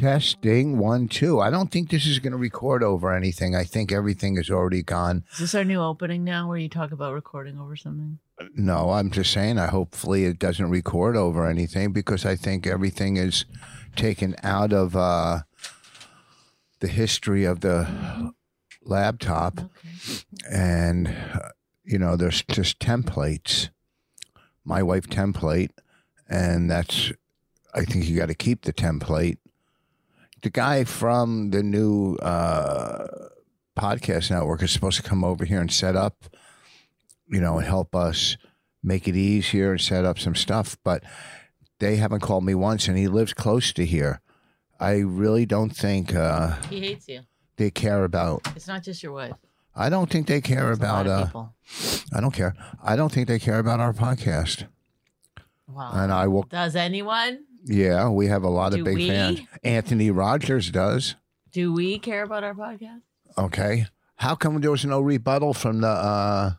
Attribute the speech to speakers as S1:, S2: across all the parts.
S1: Testing one, two. I don't think this is going to record over anything. I think everything is already gone.
S2: Is this our new opening now where you talk about recording over something?
S1: No, I'm just saying. I hopefully it doesn't record over anything because I think everything is taken out of uh, the history of the laptop, and uh, you know, there's just templates. My wife template, and that's. I think you got to keep the template. The guy from the new uh, podcast network is supposed to come over here and set up you know, and help us make it easier and set up some stuff. But they haven't called me once, and he lives close to here. I really don't think uh,
S2: He hates you.
S1: they care about.
S2: It's not just your wife.
S1: I don't think they care
S2: It's a
S1: about.
S2: lot of
S1: Uh,
S2: people.
S1: I don't care. I don't think they care about our podcast.
S2: Wow.
S1: And I will.
S2: Does anyone?
S1: Yeah, we have a lot of
S2: Do
S1: big
S2: we?
S1: fans. Anthony Rogers does.
S2: Do we care about our podcast?
S1: Okay. How come there was no rebuttal from the? uh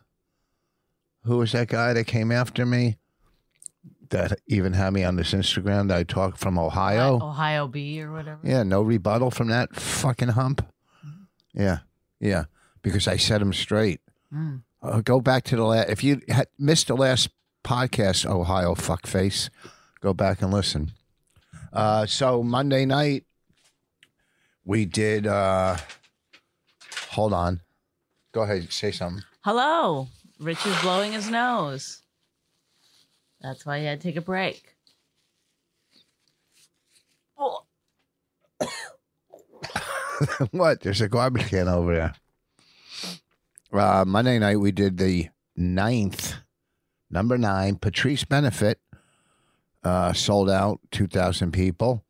S1: Who was that guy that came after me? That even had me on this Instagram that I talked from Ohio.
S2: Ohio B or whatever.
S1: Yeah, no rebuttal from that fucking hump. Yeah, yeah, because I set him straight.
S2: Mm.
S1: Uh, go back to the last. If you had missed the last podcast, Ohio fuckface, go back and listen. Uh, so Monday night, we did. Uh, hold on. Go ahead, say something.
S2: Hello. Rich is blowing his nose. That's why he had to take a break. Oh,
S1: what? There's a garbage can over there. Uh, Monday night we did the ninth, number nine Patrice benefit. Uh, sold out two thousand people.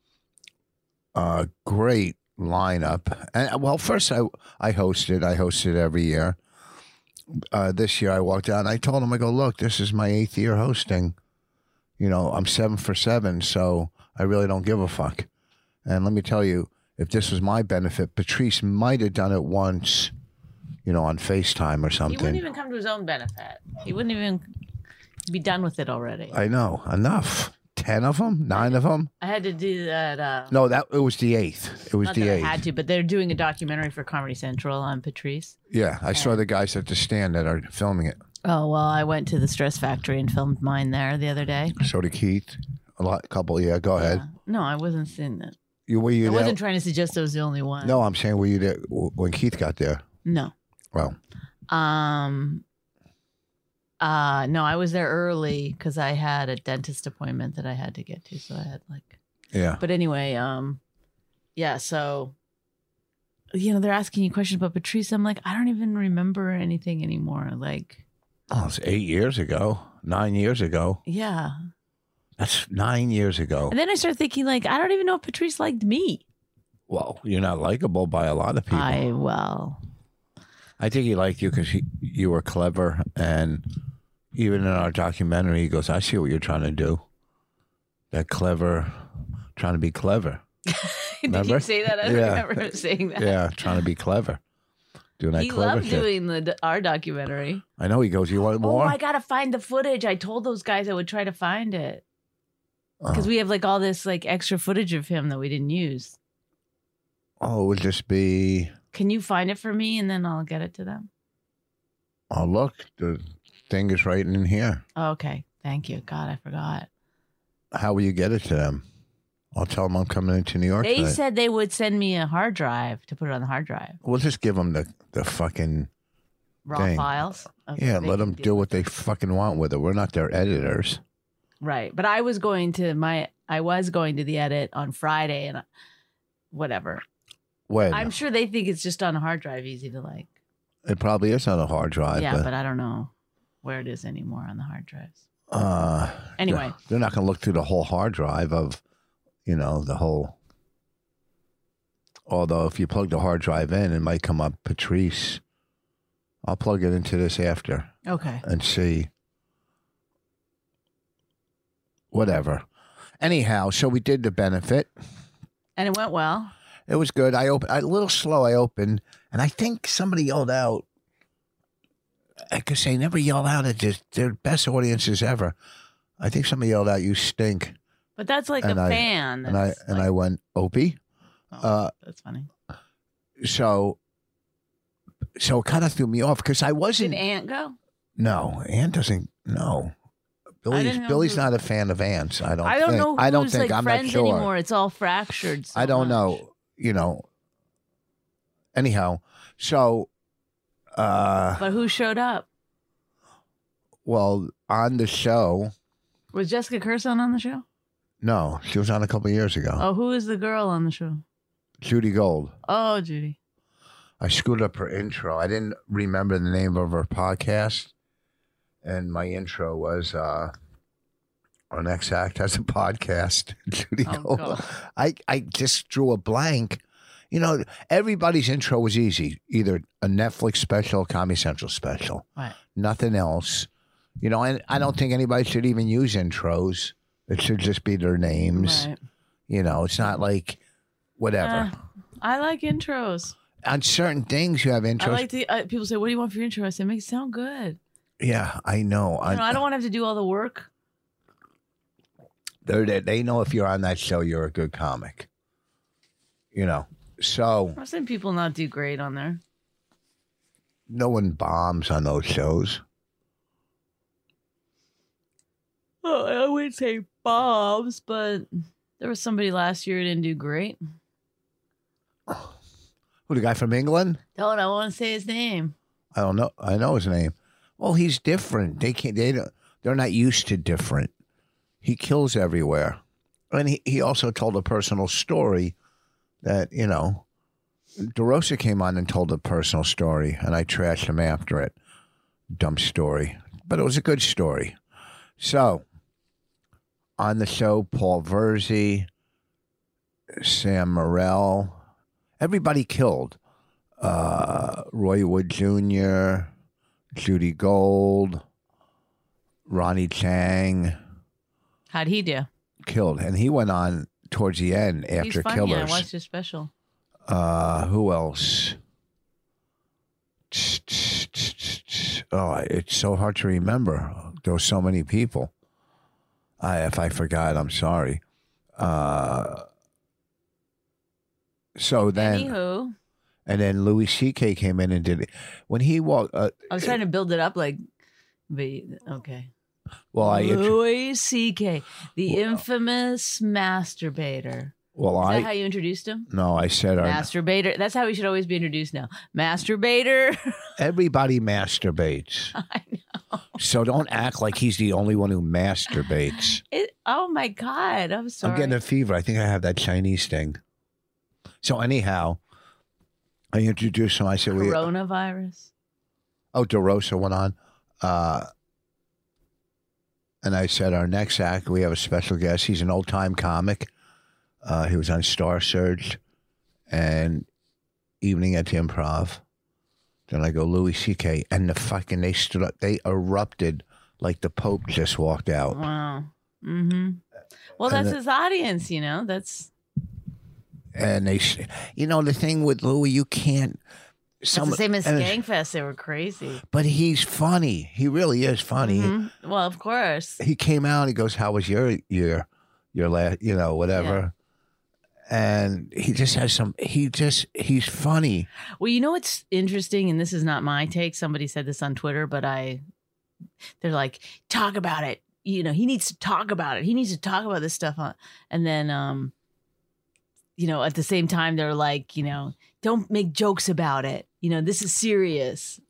S1: Uh, great lineup. And uh, well, first I I hosted. I hosted every year. Uh, this year I walked out. And I told him I go look. This is my eighth year hosting. You know I'm seven for seven, so I really don't give a fuck. And let me tell you, if this was my benefit, Patrice might have done it once, you know, on FaceTime or
S2: he wouldn't
S1: something.
S2: even come to his own benefit. He wouldn't even be done with it already. I,
S1: I know enough. Ten of them, nine of them.
S2: had to do that. Uh,
S1: No, that it was the eighth. It was
S2: not
S1: the
S2: that I
S1: eighth.
S2: had to, but they're doing a documentary for Comedy Central on Patrice.
S1: yeah, I saw the guys at the stand that are filming it.
S2: Oh well, I went to the Stress Factory and filmed mine there the other day.
S1: So did Keith. A lot, couple. Yeah, go ahead.
S2: Yeah. No, I wasn't seeing that.
S1: You were
S2: I
S1: you there?
S2: wasn't trying to suggest I was the only one.
S1: no, I'm saying were you there when Keith got there?
S2: no.
S1: Well,
S2: Um. Uh no, I was there early because I had a dentist appointment that I had to get to, so I had like.
S1: yeah,
S2: But anyway, um, yeah. So, you know, they're asking you questions about Patrice. I'm like, I don't even remember anything anymore. Like,
S1: oh, it's eight years ago, nine years ago.
S2: yeah.
S1: That's nine years ago.
S2: And then I start thinking, like, I don't even know if Patrice liked me.
S1: Well, you're not likable by a lot of people.
S2: I well,
S1: I think he liked you because you were clever, and even in our documentary, he goes, "I see what you're trying to do. That clever, trying to be clever.
S2: Did
S1: Remember?
S2: you say that? I don't
S1: Yeah.
S2: remember him saying that.
S1: Yeah, trying to be clever, doing that
S2: he
S1: clever
S2: loved
S1: shit.
S2: doing the our documentary.
S1: I know." He goes, "You want more?"
S2: Oh, I gotta find the footage. I told those guys I would try to find it
S1: Oh.
S2: because we have like all this like extra footage of him that we didn't use.
S1: oh, it would just be.
S2: Can you find it for me and then I'll get it to them?
S1: Oh, look, the thing is right in here.
S2: Oh, okay, thank you. God, I forgot.
S1: How will you get it to them? I'll tell them I'm coming into New York.
S2: They
S1: tonight.
S2: said they would send me a hard drive to put it on the hard drive.
S1: we'll just give them the the fucking
S2: raw
S1: Dang.
S2: files. of-
S1: Yeah,
S2: they
S1: let
S2: can
S1: them do what they fucking want with it. We're not their editors.
S2: Right. But I was going to my I was going to the edit on Friday and I- whatever.
S1: When
S2: I'm sure they think it's just on a hard drive easy to like.
S1: it probably is on a hard drive.
S2: yeah,
S1: but,
S2: but I don't know where it is anymore on the hard drives.
S1: uh,
S2: Anyway.
S1: they're- they're not going to look through the whole hard drive of, you know, the whole. Although if you plug the hard drive in, it might come up Patrice. I'll plug it into this after.
S2: Okay.
S1: and see. Whatever. Anyhow, so we did the benefit.
S2: And it went well.
S1: It was good. I opened a little slow. I opened, and I think somebody yelled out. Because they never yell out at this, their best audiences ever. I think somebody yelled out, "You stink,"
S2: But that's like
S1: And
S2: a
S1: I-
S2: fan.
S1: and I
S2: that's
S1: and
S2: like-
S1: I uh, went, "Opie."
S2: oh, that's funny.
S1: So, so it kind of threw me off because I
S2: Did
S1: wasn't.
S2: Ant go?
S1: no, Ann doesn't. No, Billy's
S2: didn't know
S1: Billy's
S2: who-
S1: not a fan of ants. I don't.
S2: I don't
S1: think.
S2: know who's
S1: I don't think.
S2: like
S1: I'm
S2: friends
S1: not sure.
S2: anymore. It's all fractured. so
S1: I don't
S2: much.
S1: know, you know. Anyhow, so uh
S2: But who showed up?
S1: well, on the show,
S2: Was Jessica Curson on the show?
S1: no, she was on a couple years ago.
S2: Oh, who is the girl on the show?
S1: Judy Gold.
S2: Oh, Judy.
S1: I screwed up her intro. I didn't remember the name of her podcast. And my intro was uh our next act has a podcast. Judy
S2: Oh,
S1: Gold.
S2: God.
S1: I, I just drew a blank. You know, everybody's intro was easy. Either a Netflix special, Comedy Central special.
S2: Right.
S1: nothing else. You know, and I don't think anybody should even use intros. It should just be their names.
S2: right. Uh,
S1: You know, it's
S2: Mm-hmm.
S1: not like whatever.
S2: Ah, I like intros.
S1: On certain things, you have intros.
S2: I like to. Uh, people say, "What do you want for your intro?" I say, "Make it sound good."
S1: yeah, I know.
S2: You know, I don't want to have to do all the work.
S1: They're, they they know if you're on that show, you're a good comic. You know, so
S2: I've seen people not do great on there.
S1: no one bombs on those shows.
S2: Oh, I would say Bob's, but there was somebody last year who didn't do great.
S1: Who the guy from England?
S2: Don't I want to say his name?
S1: I don't know. I know his name. Well, he's different. They can't. They don't. They're not used to different. He kills everywhere, and he, he also told a personal story that you know. DeRosa came on and told a personal story, and I trashed him after it. Dumb story, but it was a good story. So, on the show, Paul Verzi, Sam Morrell, everybody killed uh, Roy Wood Jr., Judy Gold, Ronnie Chang
S2: How'd he do?
S1: killed, and he went on towards the end after
S2: He's funny. I
S1: Killers.
S2: watched his special.
S1: Uh, who else? Oh, it's so hard to remember. There were so many people. I, if I forgot, I'm sorry. Uh, so then,
S2: Anywho,
S1: and then Louis C.K. came in and did it. When he walked, uh,
S2: I was trying to build it up like, but okay.
S1: Well, I int-
S2: Louis C.K., the
S1: Well-
S2: infamous masturbator.
S1: well
S2: Is that how
S1: I
S2: you introduced him?
S1: no, I said our,
S2: Masturbator. That's how he should always be introduced now. Masturbator.
S1: everybody masturbates,
S2: I know.
S1: so don't act like he's the only one who masturbates.
S2: It, oh my God. I'm sorry.
S1: I'm getting a fever. I think I have that Chinese thing. So anyhow, I introduced him. I said, "We
S2: Coronavirus.
S1: oh, DeRosa went on," uh, and I said, "Our next act, we have a special guest. He's an old time comic. Uh, he was on Star Search and Evening at the Improv." Then I go Louis C.K. and the fucking they stood up, they erupted like the Pope just walked out.
S2: Wow. Mm-hmm. Well,
S1: And
S2: that's
S1: the-
S2: his audience, you know? That's,
S1: and they, s- you know, the thing with Louis, you can't.
S2: that's
S1: Some,
S2: the same as
S1: and-
S2: Gangfest. They were crazy.
S1: But he's funny. He really is funny.
S2: Mhm. Well, of course.
S1: He came out. He goes, "How was your year? Your last, you know, whatever." And he just has some. He just he's funny.
S2: Well, you know what's interesting, and this is not my take. Somebody said this on Twitter, but I, they're like, talk about it. You know, he needs to talk about it. He needs to talk about this stuff. On, and then, um, you know, at the same time, they're like, you know, don't make jokes about it. you know, this is serious.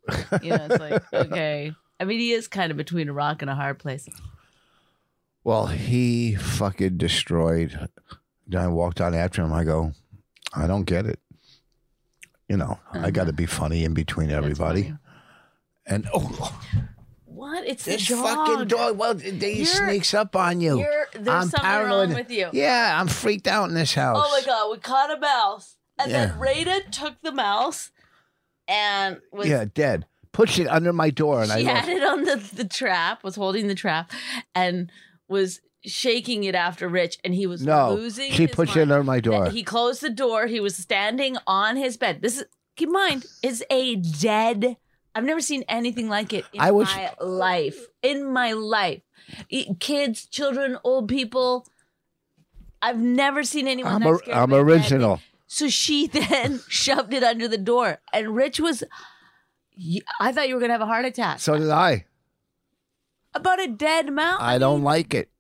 S2: You know, it's like, okay. I mean, he is kind of between a rock and a hard place.
S1: Well, he fucking destroyed. Then I walked out after him. I go, I don't get it. You know, I got to be funny in between
S2: Uh-huh. That's
S1: everybody.
S2: funny.
S1: And oh,
S2: What? It's
S1: this
S2: the dog.
S1: fucking dog! Well, they
S2: You're-
S1: sneaks up on you.
S2: You're, there's
S1: I'm
S2: something
S1: paranoid.
S2: wrong with you.
S1: Yeah, I'm freaked out in this house.
S2: Oh my god, we caught a mouse, and
S1: Yeah.
S2: then Rada took the mouse, and was
S1: yeah, dead. Pushed it under my door, and
S2: she
S1: I.
S2: had it on the, the trap, was holding the trap, and was shaking it after Rich, and he was
S1: no,
S2: losing.
S1: she
S2: his
S1: pushed
S2: mind.
S1: it under my door.
S2: He closed the door. He was standing on his bed. This is keep in mind is a dead. I've never seen anything like it in
S1: I was-
S2: my life. In my life, E- kids, children, old people. I've never seen anyone.
S1: I'm,
S2: that
S1: a,
S2: scared
S1: I'm
S2: like that.
S1: original.
S2: So she then shoved it under the door, and Rich was. y- I thought you were gonna have a heart attack
S1: So did I.
S2: about a dead mouse.
S1: I don't like it.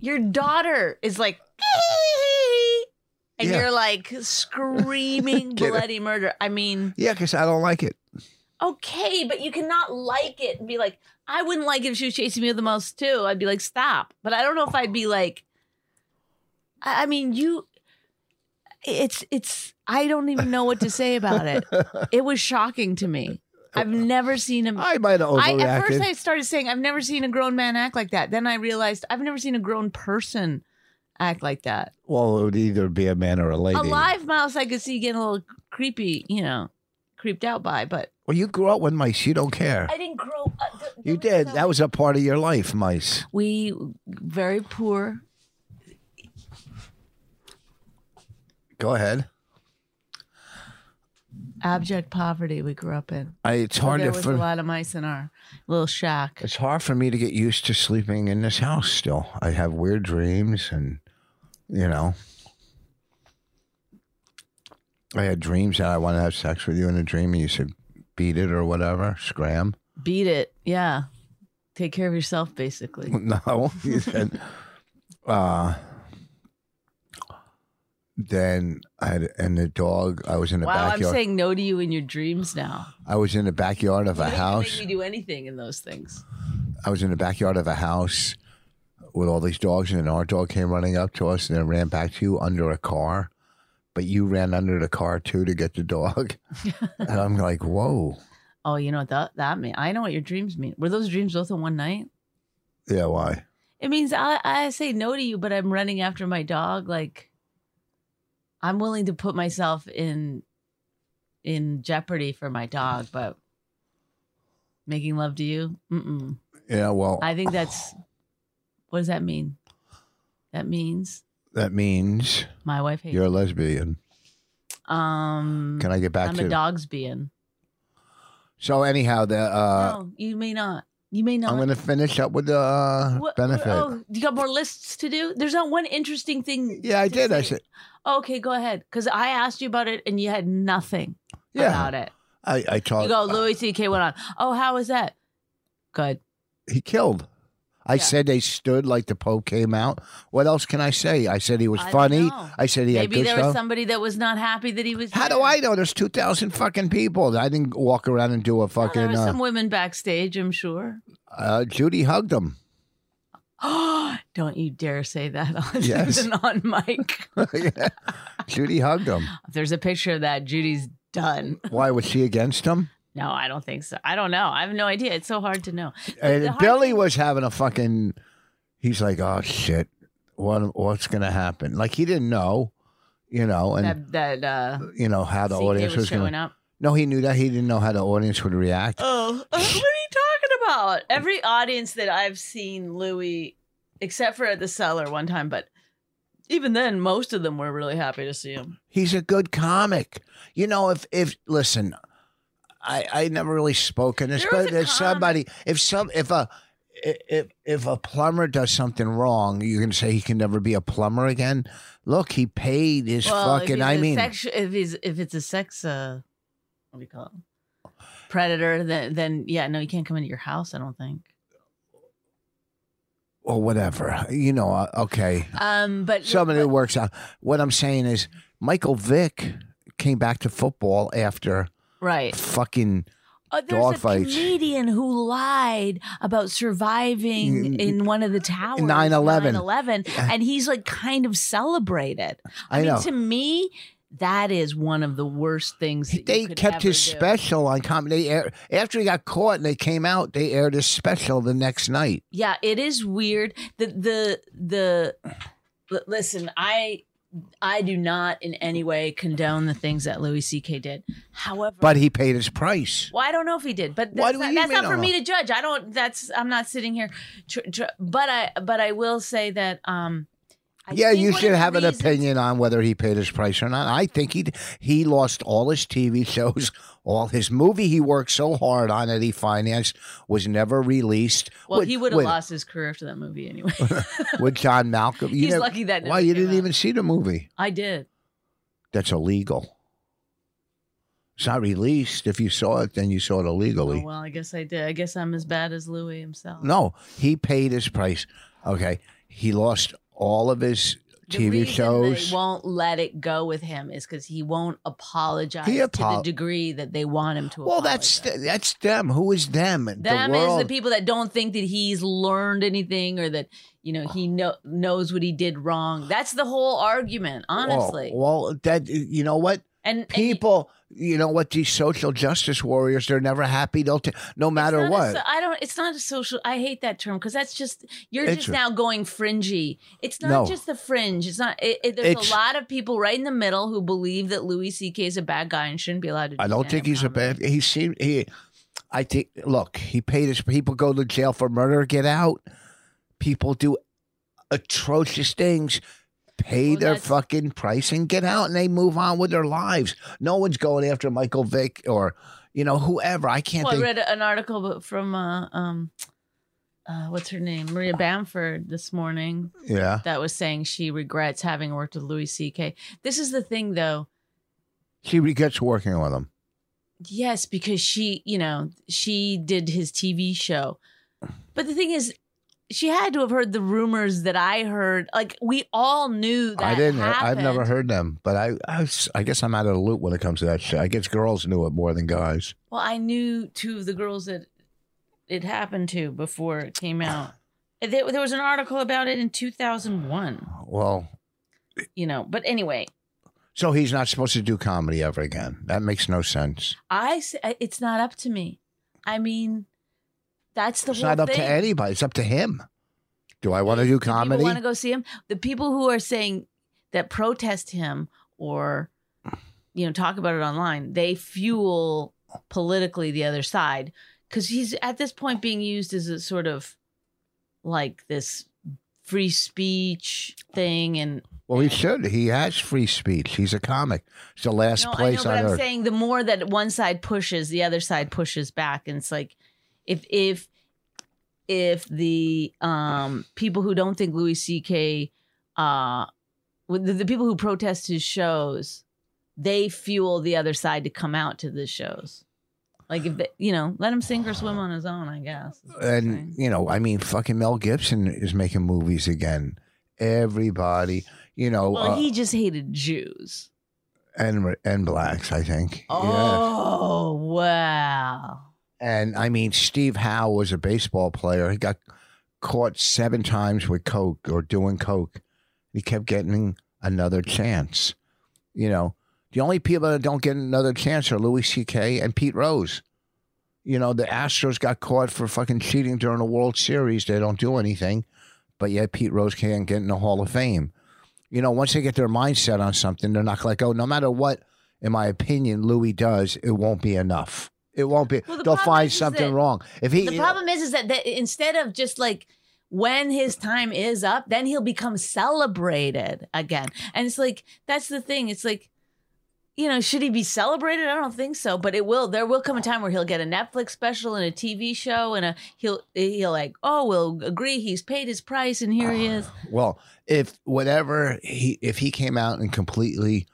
S2: Your daughter is like, and
S1: Yeah.
S2: you're like screaming
S1: Get it.
S2: bloody murder. I mean,
S1: Yeah, because I don't like it.
S2: okay, but you cannot like it and be like, I wouldn't like it if she was chasing me with the mouse too. I'd be like, stop. But I don't know if I'd be like, I, I mean, you. It's it's. I don't even know what to say about it. It was shocking to me. I've never seen him.
S1: I might have
S2: Mm. I,
S1: overreacted.
S2: at first, I started saying, I've never seen a grown man act like that. Then I realized I've never seen a grown person act like that.
S1: well, it would either be a man or a lady.
S2: A live mouse, I could see getting a little creepy, you know, creeped out by, but
S1: Well, you grew up with mice. You don't care.
S2: I didn't grow up. th-
S1: You
S2: there was
S1: did.
S2: no-
S1: That was a part of your life, mice.
S2: we very poor.
S1: Go ahead.
S2: Abject poverty we grew up in.
S1: I, it's
S2: So
S1: hard
S2: there
S1: to.
S2: was
S1: for-
S2: a lot of mice in our little shack.
S1: it's hard for me to get used to sleeping in this house. Still, I have weird dreams, and you know, I had dreams that I want to have sex with you in a dream, and you said, "Beat it" or whatever, scram.
S2: Beat it. Yeah. Take care of yourself, basically.
S1: No, you said. Uh, then I had, and the dog. I was in the
S2: Wow, I'm
S1: backyard.
S2: saying no to you in your dreams now.
S1: I was in the backyard of a
S2: You don't even
S1: house.
S2: make me do anything in those things.
S1: I was in the backyard of a house with all these dogs, and then our dog came running up to us and then ran back to you under a car. But you ran under the car too to get the dog. and I'm like, whoa.
S2: Oh, you know what that that mean? I know what your dreams mean. Were those dreams both in one night?
S1: Yeah, why?
S2: It means I, I say no to you, but I'm running after my dog. Like I'm willing to put myself in in jeopardy for my dog, but making love to you, mm-mm.
S1: Yeah, well,
S2: I think that's what does that mean? That means
S1: that means
S2: my wife hates.
S1: you're a lesbian.
S2: me. um,
S1: Can I get back
S2: I'm
S1: to
S2: a dog's being.
S1: So, anyhow, the, uh,
S2: no, you may not. You may not.
S1: I'm going to finish up with the uh,
S2: What-
S1: benefit.
S2: Oh, you got more lists to do? There's not one interesting thing.
S1: yeah, I
S2: to
S1: did. I
S2: say.
S1: said,
S2: Okay, go ahead. Because I asked you about it and you had nothing
S1: yeah. Uh,
S2: about it.
S1: I, I
S2: You
S1: talked.
S2: go, Louis C.K. went on. Oh, how was that? Good.
S1: he killed. I
S2: Yeah.
S1: said they stood like the Pope came out. What else can I say? I said he was
S2: I don't
S1: funny.
S2: know.
S1: I said he had
S2: Maybe
S1: good
S2: there
S1: stuff.
S2: was somebody that was not happy that he was.
S1: How do
S2: there.
S1: I know? There's two thousand fucking people. I didn't walk around and do a
S2: Well,
S1: fucking.
S2: there were
S1: uh,
S2: some women backstage, I'm sure.
S1: uh, Judy hugged him.
S2: Don't you dare say that on,
S1: Yes.
S2: on mic.
S1: Yeah. Judy hugged him.
S2: If there's a picture of that, Judy's done.
S1: Why was she against him?
S2: No, I don't think so. I don't know. I have no idea. It's so hard to know.
S1: And
S2: the hard
S1: Billy
S2: thing-
S1: was having a fucking. He's like, oh shit, what what's gonna happen? Like he didn't know, you know, and
S2: that that uh,
S1: you know how the
S2: CK
S1: audience
S2: was
S1: was
S2: showing
S1: gonna.
S2: up.
S1: No, he knew that he didn't know how the audience would react.
S2: Oh, what are you talking about? Every audience that I've seen Louis, except for at the cellar one time, but even then, most of them were really happy to see him.
S1: He's a good comic. You know, if if listen, I I never really spoke in this,
S2: There was
S1: but
S2: a
S1: if somebody, if some, if a if if a plumber does something wrong, you can say he can never be a plumber again. Look, he paid his
S2: if
S1: fucking.
S2: he's
S1: I
S2: a
S1: mean,
S2: sex- if he's if it's a sex, uh, what do you call it? Predator, then then yeah, no, he can't come into your house. I don't think.
S1: or whatever. You know, uh, okay.
S2: Um, but
S1: Somebody
S2: but-
S1: who works out. What I'm saying is, Michael Vick came back to football after
S2: right.
S1: fucking
S2: Oh, there's
S1: Dog
S2: a
S1: fights.
S2: comedian who lied about surviving
S1: Mm,
S2: in one of the towers.
S1: 9/11.
S2: 9/11, and he's like kind of celebrated.
S1: I,
S2: mean,
S1: know.
S2: to me, that is one of the worst things. That you
S1: They
S2: could
S1: kept
S2: ever
S1: his
S2: do.
S1: special on comedy. They air, after he got caught and they came out, they aired his special the next night.
S2: Yeah, it is weird. The the the. l- Listen, I I do not in any way condone the things that Louis C.K. did. However,
S1: But he paid his price.
S2: Well, I don't know if he did, but
S1: Why
S2: that's,
S1: do
S2: not,
S1: you
S2: that's
S1: mean
S2: not
S1: I
S2: for
S1: don't
S2: me to judge. I don't. That's I'm not sitting here. Tr- tr- but I but I will say that. um I
S1: yeah,
S2: think
S1: you
S2: one
S1: should
S2: of the
S1: have an
S2: reasons-
S1: opinion on whether he paid his price or not. I think he he lost all his TV shows, all his movie he worked so hard on that he financed was never released.
S2: Well,
S1: With-
S2: he would have
S1: with-
S2: lost his career after that movie anyway.
S1: with John Malcolm. You
S2: He's
S1: never-
S2: lucky that.
S1: Why
S2: never
S1: you
S2: came
S1: didn't
S2: out.
S1: even see the movie?
S2: I did.
S1: That's illegal. It's not released. If you saw it, then you saw it illegally.
S2: Oh, well, I guess I did. I guess I'm as bad as Louis himself.
S1: No, he paid his price. Okay, he lost all of his
S2: The
S1: TV
S2: reason
S1: shows.
S2: They won't let it go with him is because he won't apologize
S1: He
S2: to the
S1: apo-
S2: degree that they want him to.
S1: Well, that's
S2: apologize.
S1: that's them. Who is them?
S2: them
S1: the
S2: is
S1: world.
S2: the people that don't think that he's learned anything or that you know he know, knows what he did wrong. That's the whole argument, honestly.
S1: Well, Oh, well, that you know what
S2: and and
S1: people, you know what these social justice warriors, they're never happy. They'll t- no
S2: it's
S1: matter
S2: not a
S1: what.
S2: so- I don't. It's not a social. I hate that term because that's just you're
S1: It's
S2: just
S1: a-
S2: now going fringy. It's not
S1: No.
S2: just the fringe. It's not. It, it- there's
S1: It's-
S2: a lot of people right in the middle who believe that Louis C.K. is a bad guy and shouldn't be allowed to. Do
S1: I don't think
S2: stand-up
S1: he's a
S2: comedy.
S1: bad. He seemed he. I think. Look, he paid his people go to jail for murder, get out. People do atrocious things, pay
S2: Well,
S1: their
S2: that's-
S1: fucking price, and get out, and they move on with their lives. No one's going after Michael Vick or you know whoever. I can't
S2: Well, Oh, I
S1: think.
S2: read an article from uh, um, uh, what's her name, Maria Bamford, this morning
S1: yeah,
S2: that was saying she regrets having worked with Louis C.K. This is the thing, though.
S1: she regrets working with him.
S2: Yes, because she, you know, she did his TV show, but the thing is. She had to have heard the rumors that I heard. Like we all knew that
S1: I didn't.
S2: Happened.
S1: I've never heard them, but I, I, was- I guess I'm out of the loop when it comes to that shit. I guess girls knew it more than guys.
S2: Well, I knew two of the girls that it happened to before it came out. There, there was an article about it in two thousand one.
S1: Well,
S2: you know. But anyway,
S1: so he's not supposed to do comedy ever again. That makes no sense.
S2: I s- it's not up to me. I mean, that's the
S1: it's
S2: whole
S1: not up
S2: thing.
S1: to anybody. It's up to him. Do I want to do comedy?
S2: want to go see him. The people who are saying that protest him or you know talk about it online, they fuel politically the other side because he's at this point being used as a sort of like this free speech thing and
S1: well, he should. He has free speech. He's a comic. It's the last
S2: No,
S1: place
S2: I know,
S1: on
S2: but I'm
S1: earth.
S2: saying the more that one side pushes, the other side pushes back, and it's like if if if the um people who don't think Louis C.K. uh with the, the people who protest his shows, they fuel the other side to come out to the shows. Like if they, you know, let him sink or swim on his own, I guess. is what I'm
S1: and
S2: saying.
S1: you know, I mean, fucking Mel Gibson is making movies again. Everybody, you know,
S2: well,
S1: uh,
S2: he just hated Jews.
S1: and and blacks. I think. Yeah.
S2: Oh wow.
S1: And I mean, Steve Howe was a baseball player. He got caught seven times with coke or doing coke. He kept getting another chance. You know, the only people that don't get another chance are Louis C.K. and Pete Rose. You know, the Astros got caught for fucking cheating during the World Series. They don't do anything, but yet Pete Rose can't get in the Hall of Fame. You know, once they get their mindset on something, they're not like, oh, no matter what, in my opinion, Louis does, it won't be enough. It won't be.
S2: Well, the
S1: They'll
S2: problem
S1: find
S2: is, is
S1: something
S2: that-
S1: wrong. If he,
S2: the problem is, is that, that instead of just like when his time is up, then he'll become celebrated again. And it's like that's the thing. It's like, you know, should he be celebrated? I don't think so. But it will. There will come a time where he'll get a Netflix special and a TV show, and a he'll he'll like, oh, we'll agree. He's paid his price, and here he is.
S1: Well, if whatever he if he came out and completely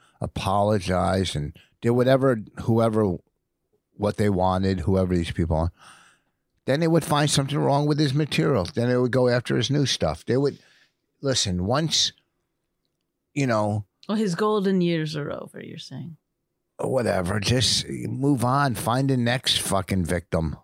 S1: apologized and did whatever whoever what they wanted, whoever these people are, then they would find something wrong with his material. Then they would go after his new stuff. They would listen once you know
S2: Well, his golden years are over. You're saying
S1: whatever. Just move on. Find the next fucking victim.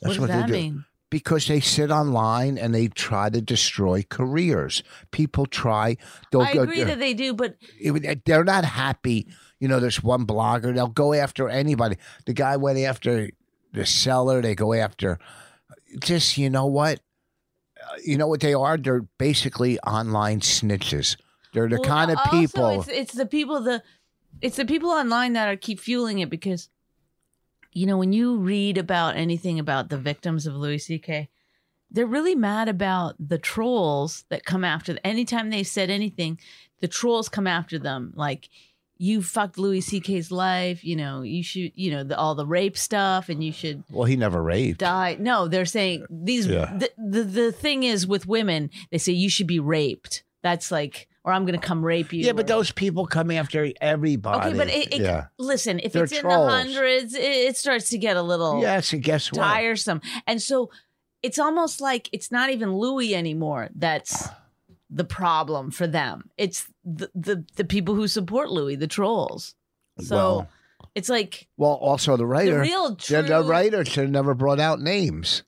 S2: what does
S1: they
S2: that
S1: do.
S2: mean?
S1: Because they sit online and they try to destroy careers. People try. They'll
S2: I
S1: go-
S2: agree that they do, but
S1: it- they're not happy. You know, there's one blogger. They'll go after anybody. The guy went after the seller. They go after. Just you know what, Uh, you know what they are. They're basically online snitches. They're the
S2: Well,
S1: kind of
S2: also,
S1: people.
S2: It's, it's the people the it's the people online that are keep fueling it because you know when you read about anything about the victims of Louis C.K. They're really mad about the trolls that come after. Them. Anytime they said anything, the trolls come after them. Like you fucked Louis C.K.'s life. You know you should. You know the, all the rape stuff, and you should
S1: Well, he never raved.
S2: die. No, they're saying these.
S1: Yeah.
S2: The, the the thing is with women, they say you should be raped. That's like, or I'm going to come rape you.
S1: Yeah, but
S2: or-
S1: those people come after everybody.
S2: Okay, but it, it,
S1: yeah,
S2: listen, if
S1: They're
S2: it's in
S1: trolls.
S2: the hundreds, it, it starts to get a little
S1: yes, and guess what?
S2: tiresome, and so it's almost like it's not even Louis anymore. That's the problem for them. It's the the, the people who support Louis, the trolls. So
S1: Well-
S2: it's like
S1: Well, also the
S2: the
S1: writer.
S2: real
S1: the,
S2: true.
S1: the writer should have never brought out names.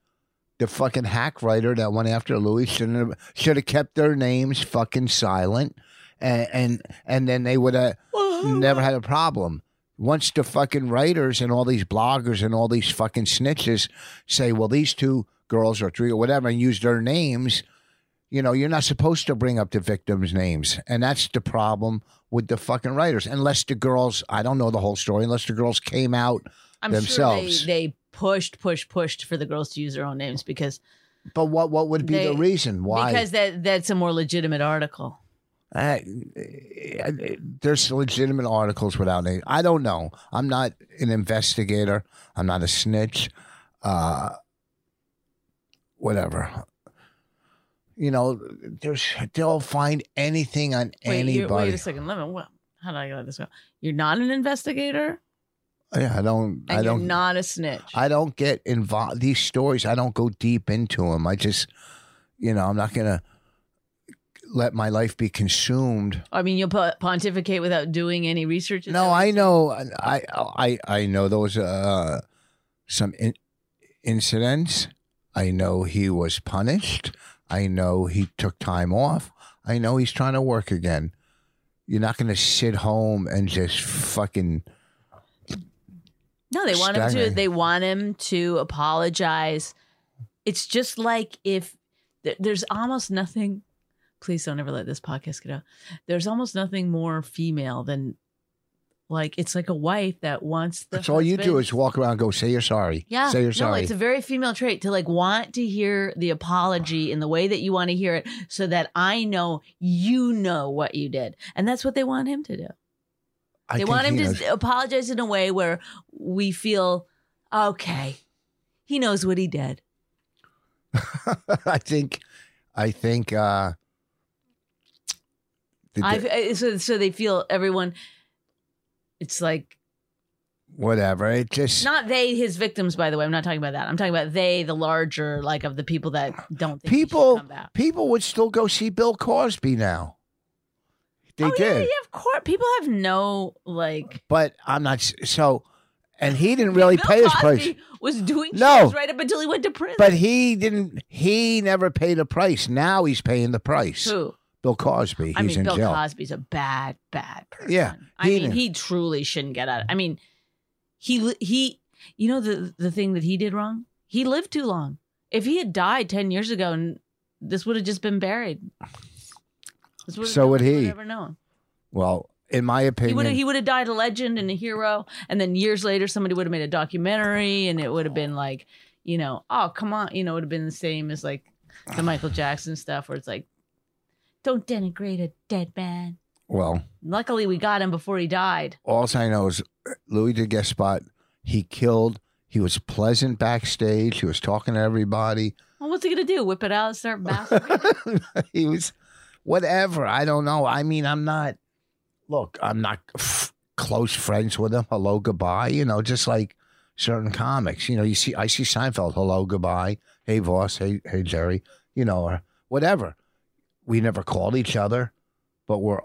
S1: The fucking hack writer that went after Louis should have should have kept their names fucking silent, and and, and then they would have never had a problem. Once the fucking writers and all these bloggers and all these fucking snitches say, well, these two girls or three or whatever, and use their names, you know, you're not supposed to bring up the victims' names. And that's the problem with the fucking writers. Unless the girls, I don't know the whole story, unless the girls came out
S2: I'm
S1: themselves.
S2: sure they, they pushed, pushed, pushed for the girls to use their own names because
S1: But what what would be the
S2: They-
S1: reason why?
S2: because that that's a more legitimate article.
S1: Uh, uh, there's legitimate articles without name. I don't know. I'm not an investigator. I'm not a snitch. Uh, whatever. You know, there's they'll find anything on
S2: you-
S1: anybody.
S2: wait a second. Let me. What, how did I let this go? You're not an investigator,
S1: yeah, I don't.
S2: and
S1: I
S2: you're
S1: don't.
S2: not a snitch.
S1: I don't get involved. These stories, I don't go deep into them. I just, you know, I'm not gonna let my life be consumed
S2: I mean, you'll po- pontificate without doing any research. Is
S1: No,
S2: that-
S1: I know, I I I know those uh, some in, incidents. I know he was punished. I know he took time off. I know he's trying to work again. You're not going to sit home and just fucking
S2: no. They want him to.
S1: staggering.
S2: They want him to apologize. It's just like if there, there's almost nothing. Please don't ever let this podcast get out. There's almost nothing more female than like it's like a wife that wants. The
S1: That's all you do
S2: husband-
S1: is walk around and go say you're sorry.
S2: Yeah.
S1: Say you're
S2: No,
S1: sorry.
S2: it's a very female trait to like want to hear the apology in the way that you want to hear it so that I know you know what you did. And that's what they want him to do.
S1: I
S2: they
S1: think
S2: want him
S1: he
S2: to
S1: knows.
S2: apologize in a way where we feel, okay, he knows what he did.
S1: I think I think uh the-
S2: I've, I- so, so they feel everyone, it's like,
S1: whatever. It just
S2: not they, his victims, by the way. I'm not talking about that. I'm talking about they, the larger, like, of the people that don't think he should
S1: people
S2: come back.
S1: people would still go see Bill Cosby now. They
S2: oh,
S1: did,
S2: Yeah, yeah, of course. People have no, like,
S1: but I'm not s- so. And he didn't really
S2: Bill
S1: pay his price,
S2: Cosby Was doing
S1: No.
S2: shows right up until he went to prison.
S1: but he didn't. He never paid a price. Now he's paying the price.
S2: Who?
S1: Bill Cosby. He's
S2: I mean,
S1: in
S2: Bill
S1: jail.
S2: Cosby's a bad, bad person.
S1: Yeah,
S2: I
S1: he
S2: mean,
S1: didn't-
S2: he truly shouldn't get out. I mean, he li- he, you know the the thing that he did wrong. He lived too long. If he had died ten years ago, and this would have just been buried. This would've-
S1: So
S2: no
S1: would
S2: one
S1: he.
S2: Never known.
S1: Well, in my
S2: He would
S1: opinion,
S2: have. He would have died a legend and a hero, and then years later, somebody would have made a documentary, and it would have been like, you know, oh come on, you know, it would have been the same as like the Michael Jackson stuff, where it's like, don't denigrate a dead man.
S1: well,
S2: Luckily, we got him before he died.
S1: all I know is uh, Louis did guest spot. He killed. He was pleasant backstage. He was talking to everybody.
S2: Well, what's he gonna do? Whip it out and start massacring?
S1: he was whatever. I don't know. I mean, I'm not. Look, I'm not f- close friends with him. Hello, goodbye. You know, just like certain comics. You know, you see, I see Seinfeld. Hello, goodbye. Hey, Voss. Hey, hey, Jerry. You know, or whatever. We never called each other, but we're,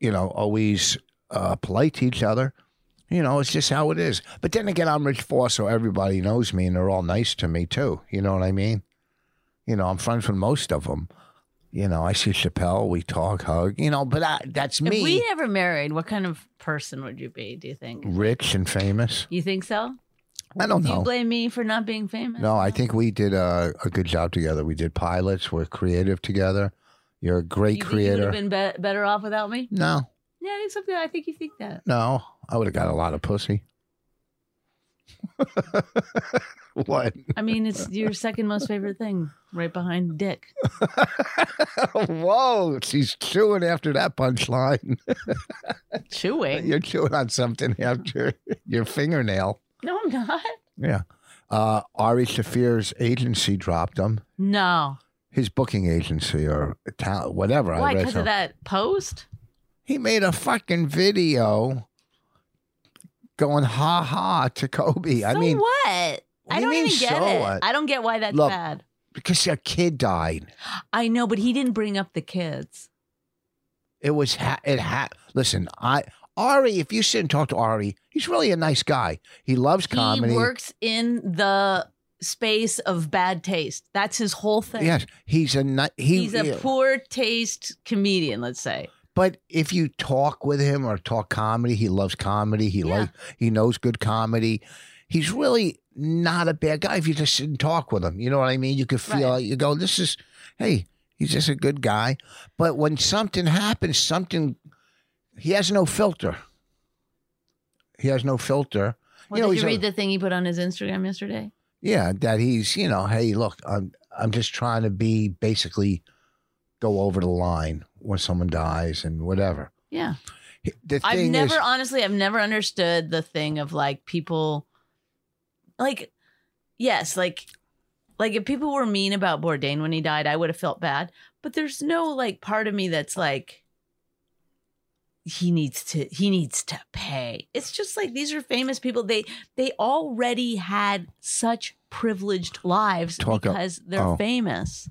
S1: you know, always uh, polite to each other. You know, it's just how it is. But then again, I'm Rich Foss, so everybody knows me, and they're all nice to me too. You know what I mean? You know, I'm friends with most of them. You know, I see Chappelle, we talk, hug. You know, but I, that's
S2: If
S1: me,
S2: we never married, what kind of person would you be? Do you think?
S1: rich and famous.
S2: You think so?
S1: I don't
S2: Do you
S1: know.
S2: blame me for not being famous?
S1: No, I think we did a, a good job together. We did pilots. We're creative together. You're a great
S2: you think You would
S1: creator.
S2: have been be- better off without me.
S1: no,
S2: Yeah, I think something. I think you think that.
S1: no, I would have got a lot of pussy. what?
S2: I mean, it's your second most favorite thing, right behind dick.
S1: Whoa, she's chewing after that punchline.
S2: Chewing.
S1: You're chewing on something after your fingernail.
S2: No, I'm not.
S1: Yeah. Uh, Ari Shafir's agency dropped him.
S2: No.
S1: His booking agency or ta- whatever. I
S2: Why?
S1: read
S2: Because
S1: some-
S2: of that post?
S1: He made a fucking video going ha ha to Kobe. I
S2: so
S1: mean,
S2: what? I
S1: do you
S2: don't
S1: mean,
S2: even get
S1: so
S2: it.
S1: what?
S2: I don't get why that's
S1: Look-
S2: bad.
S1: because a kid died.
S2: I know, but he didn't bring up the kids.
S1: It was ha- it ha- listen, I Ari, if you sit and talk to Ari, he's really a nice guy. He loves comedy.
S2: He works in the space of bad taste. That's his whole thing.
S1: Yes, he's a ni- he,
S2: He's a poor taste comedian, let's say.
S1: But if you talk with him or talk comedy, he loves comedy. He
S2: Yeah.
S1: loves he knows good comedy. He's really not a bad guy if you just sit and talk with him. You know what I mean? You could feel
S2: Right.
S1: you go, this is hey, he's just a good guy. But when something happens, something he has no filter. He has no filter.
S2: Well,
S1: You know,
S2: did
S1: he's
S2: you
S1: a-
S2: read the thing he put on his Instagram yesterday?
S1: Yeah, that he's you know, hey, look, I'm I'm just trying to be basically go over the line when someone dies and whatever.
S2: Yeah.
S1: The
S2: I've
S1: thing
S2: never,
S1: is,
S2: honestly, I've never understood the thing of like people, like, yes, like, like if people were mean about Bourdain when he died, I would have felt bad. But there's no like part of me that's like, he needs to, he needs to pay. It's just like these are famous people. They, they already had such privileged lives
S1: Talk up.
S2: because they're
S1: Oh.
S2: famous.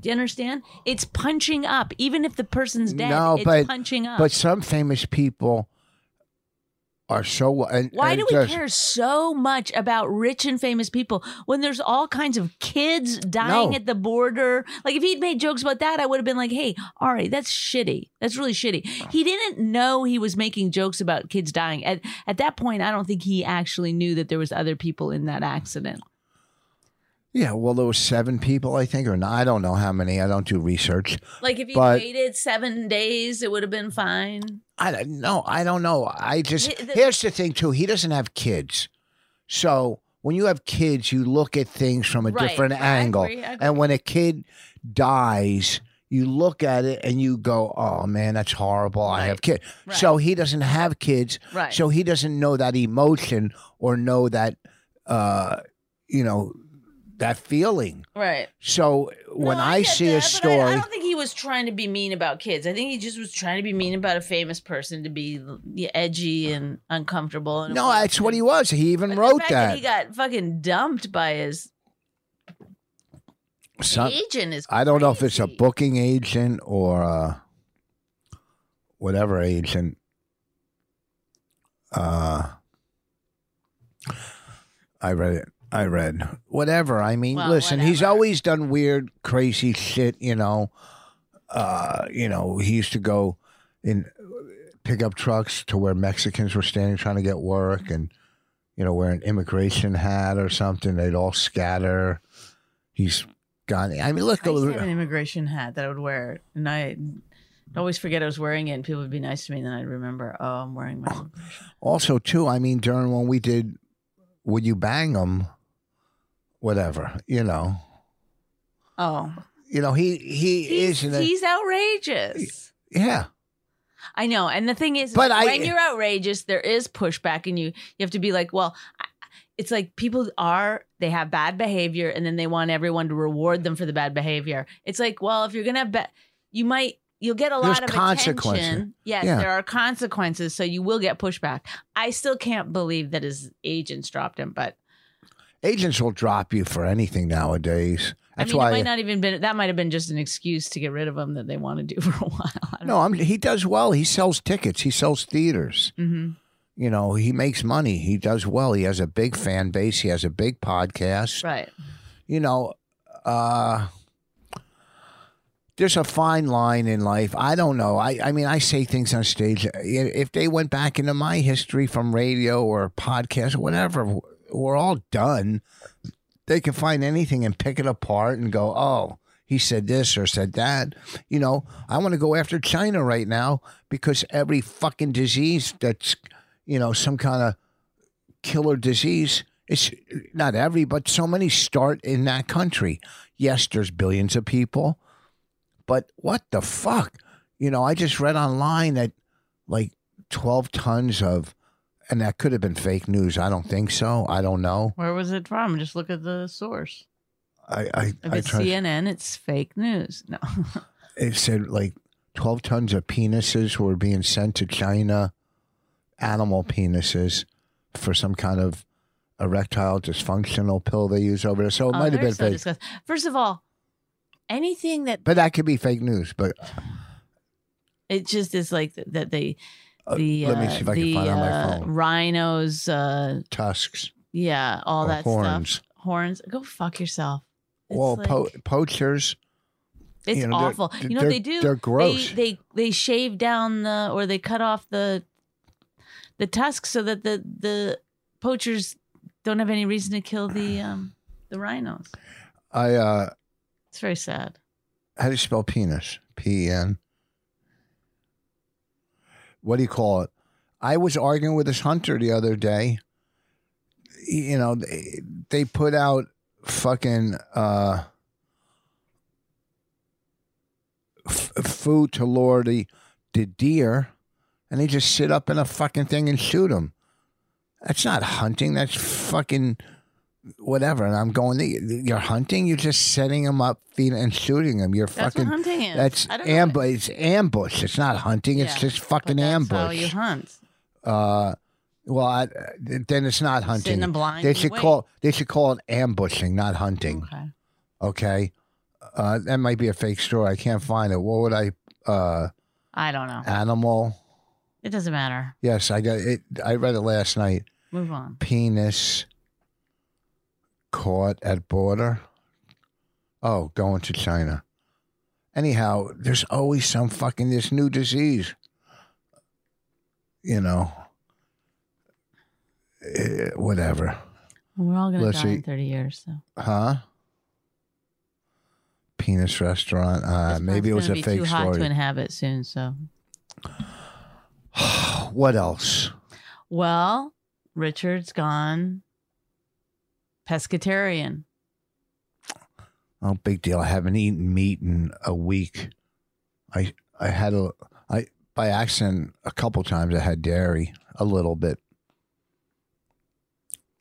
S2: Do you understand? It's punching up, even if the person's dead.
S1: No,
S2: it's
S1: but-
S2: punching up.
S1: But some famous people are so. And,
S2: Why
S1: and
S2: do we
S1: just-
S2: care so much about rich and famous people when there's all kinds of kids dying
S1: No.
S2: at the border? Like, if he'd made jokes about that, I would have been like, hey, Ari, that's shitty. That's really shitty. He didn't know he was making jokes about kids dying. At, at that point, I don't think he actually knew that there was other people in that accident.
S1: Yeah, well, there were seven people, I think, or no, I don't know how many. I don't do research.
S2: Like, if he
S1: But-
S2: waited seven days, it would have been fine.
S1: I don't know. I don't know. I just
S2: The- the-
S1: here's the thing too. He doesn't have kids, so when you have kids, you look at things from a
S2: Right.
S1: different
S2: I
S1: angle.
S2: agree, I agree.
S1: And when a kid dies, you look at it and you go, "Oh man, that's horrible. I have
S2: Right.
S1: kids."
S2: Right.
S1: So he doesn't have kids,
S2: Right.
S1: so he doesn't know that emotion or know that, uh, you know, that feeling.
S2: Right.
S1: So when
S2: No,
S1: I,
S2: get
S1: see a
S2: that, but
S1: story,
S2: I, I don't think he was trying to be mean about kids. I think he just was trying to be mean about a famous person to be edgy and uncomfortable. And
S1: no, that's what he was. He even
S2: But the
S1: wrote
S2: fact
S1: that.
S2: He got fucking dumped by his
S1: Some-
S2: agent. Is
S1: I don't know if it's a
S2: crazy.
S1: booking agent or a whatever agent. Uh, I read it. I read whatever. I mean,
S2: Well,
S1: listen, he's
S2: whatever.
S1: always done weird, crazy shit. You know, uh, you know, he used to go in pickup trucks to where Mexicans were standing trying to get work, and you know, wear an immigration hat or something. They'd all scatter. He's gone. I mean, look.
S2: I used to have an immigration hat that I would wear, and I always forget I was wearing it. And people would be nice to me, and then I'd remember, oh, I'm wearing my.
S1: Also, too, I mean, during when we did Would You Bang 'Em, whatever, you know.
S2: Oh,
S1: You know, he he
S2: he's,
S1: is in a,
S2: he's outrageous.
S1: yeah.
S2: I know, and the thing is,
S1: But I-
S2: when you're outrageous, there is pushback, and you you have to be like, well, I, it's like people are they have bad behavior, and then they want everyone to reward them for the bad behavior. It's like, well, if you're gonna have ba- you might you'll get a lot
S1: There's
S2: of
S1: consequences.
S2: attention. Yes,
S1: Yeah.
S2: there are consequences, so you will get pushback. I still can't believe that his agents dropped him, but
S1: Agents will drop you for anything nowadays. That's
S2: I mean,
S1: why.
S2: it might not even been that might have been just an excuse to get rid of him that they want to do for a while. I don't
S1: no, I'm, he does well. He sells tickets. He sells theaters.
S2: Mhm.
S1: You know, he makes money. He does well. He has a big fan base. He has a big podcast.
S2: Right.
S1: you know, uh, there's a fine line in life. I don't know. I, I mean, I say things on stage. I- If they went back into my history from radio or podcast, whatever, we're all done. They can find anything and pick it apart and go, oh, he said this or said that. You know, I want to go after China right now because every fucking disease that's, you know, some kind of killer disease. It's not every, but so many start in that country. Yes, there's billions of people, but what the fuck? You know, I just read online that like 12 tons of, and that could have been fake news. I don't think so. I don't know.
S2: Where was it from? Just look at the source.
S1: I, I,
S2: If
S1: I
S2: it's
S1: tried,
S2: CNN, it's fake news. No.
S1: it said like 12 tons of penises were being sent to China, animal penises for some kind of erectile dysfunctional pill they use over there. So it
S2: Oh,
S1: might have
S2: they're
S1: been
S2: so
S1: fake.
S2: disgust- First of all, anything that
S1: But that could be fake news. But
S2: it just is like th- that they
S1: Uh,
S2: the
S1: let me
S2: uh,
S1: see if I can
S2: the
S1: find it on my
S2: uh,
S1: phone.
S2: rhinos uh
S1: tusks,
S2: yeah all
S1: Or
S2: that
S1: horns.
S2: stuff horns go fuck yourself It's
S1: well,
S2: like-
S1: po- poachers.
S2: it's
S1: you know, they're-
S2: awful you know
S1: they're-
S2: what they do
S1: they're gross.
S2: they they they shave down the or they cut off the the tusks so that the the poachers don't have any reason to kill the um the rhinos
S1: I uh,
S2: it's very sad
S1: how do you spell penis? P E N. What do you call it? I was arguing with this hunter the other day. You know, they, they put out fucking uh, f- food to lure the, the deer, and they just sit up in a fucking thing and shoot them. That's not hunting. That's fucking whatever. And I'm going, you're hunting. You're just setting them up, feeding and shooting them. You're
S2: that's
S1: fucking.
S2: what hunting is
S1: That's
S2: I don't know
S1: ambush.
S2: what-
S1: It's ambush. It's not hunting. It's
S2: Yeah,
S1: just
S2: but
S1: fucking
S2: that's how
S1: ambush.
S2: you hunt
S1: uh, well, I, then it's not
S2: sit
S1: hunting.
S2: in a blind
S1: they
S2: and
S1: should
S2: wait.
S1: call. They should call it ambushing, not hunting.
S2: okay
S1: Okay, uh, that might be a fake story. I can't find it. What would I? Uh,
S2: i don't know
S1: animal.
S2: it doesn't matter
S1: Yes, I got it. I read it last night.
S2: move on
S1: Penis caught at border. Oh, going to China. Anyhow, there's always some fucking this new disease. You know, Eh, whatever,
S2: We're all gonna
S1: Let's
S2: die
S1: see.
S2: in thirty years, so
S1: huh? Penis restaurant. Uh,
S2: This
S1: maybe it was
S2: planet's
S1: a
S2: gonna be
S1: fake
S2: too hot to
S1: story.
S2: inhabit soon. So,
S1: What else?
S2: well, Richard's gone pescatarian.
S1: Oh, big deal. I haven't eaten meat in a week. I I had a I by accident a couple times I had dairy a little bit.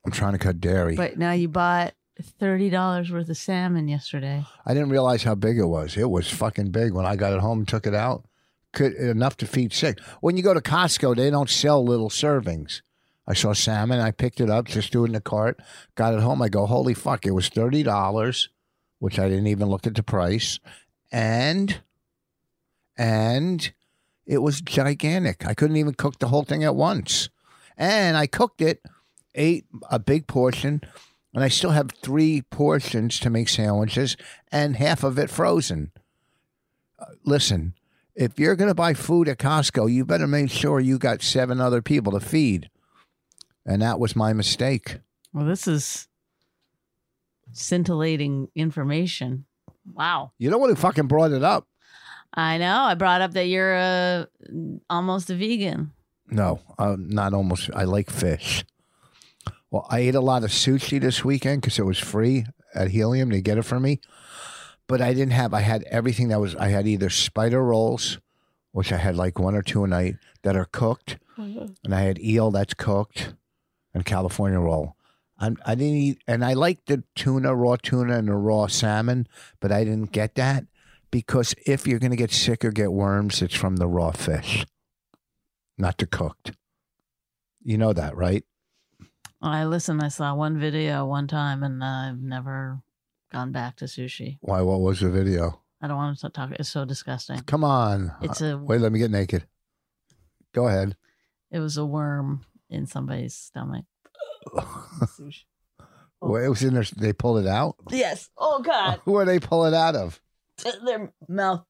S1: I'm trying to cut dairy.
S2: But now you bought thirty dollars worth of salmon yesterday.
S1: I didn't realize how big it was. It was fucking big when I got it home and took it out. Could enough to feed six. When you go to Costco, they don't sell little servings. I saw salmon. I picked it up, just threw it in the cart, got it home. I go, holy fuck! It was thirty dollars, which I didn't even look at the price, and and it was gigantic. I couldn't even cook the whole thing at once, and I cooked it, ate a big portion, and I still have three portions to make sandwiches and half of it frozen. Uh, Listen, if you're going to buy food at Costco, you better make sure you got seven other people to feed. And that was my mistake.
S2: Well, this is scintillating information. Wow,
S1: You know what? Who fucking brought it up?
S2: I know. I brought up that you're uh, almost a vegan.
S1: No, uh, not almost. I like fish. Well, I ate a lot of sushi this weekend because it was free at Helium. They get it for me. But I didn't have, I had everything that was, I had either spider rolls, which I had like one or two a night that are cooked, and I had eel that's cooked, and California roll. I, I didn't eat, and I liked the tuna, raw tuna, and the raw salmon, but I didn't get that because if you're going to get sick or get worms, it's from the raw fish not to cooked. You know that, right?
S2: I listened. I saw one video one time, and I've never gone back to sushi.
S1: Why? What was the video?
S2: I don't want to talk. It's so disgusting.
S1: Come on.
S2: It's
S1: Uh,
S2: a-
S1: wait. Let me get naked. Go ahead.
S2: It was a worm in somebody's stomach.
S1: Well, it was in there. They pulled it out.
S2: Yes. Oh God.
S1: Who are they pulling out of?
S2: Their mouth.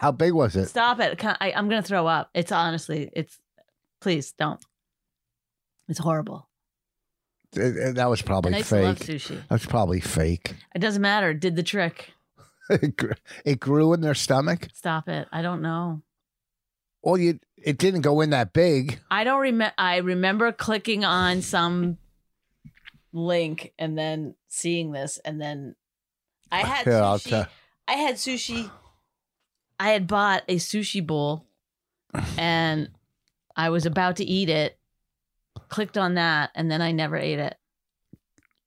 S1: How big was it?
S2: Stop it. Can- I, I'm going to throw up. It's honestly, it's, please don't. It's horrible.
S1: It- it- that was probably
S2: and I used to love
S1: fake.
S2: sushi.
S1: That's probably fake.
S2: It doesn't matter. It Did the trick.
S1: It grew, it grew in their stomach.
S2: Stop it. I don't know.
S1: Well, you it didn't go in that big.
S2: I don't remember. I remember clicking on some link and then seeing this, and then I had
S1: Here, I'll
S2: sushi.
S1: tell-
S2: I had sushi. I had bought a sushi bowl, and I was about to eat it. Clicked on that, and then I never ate it.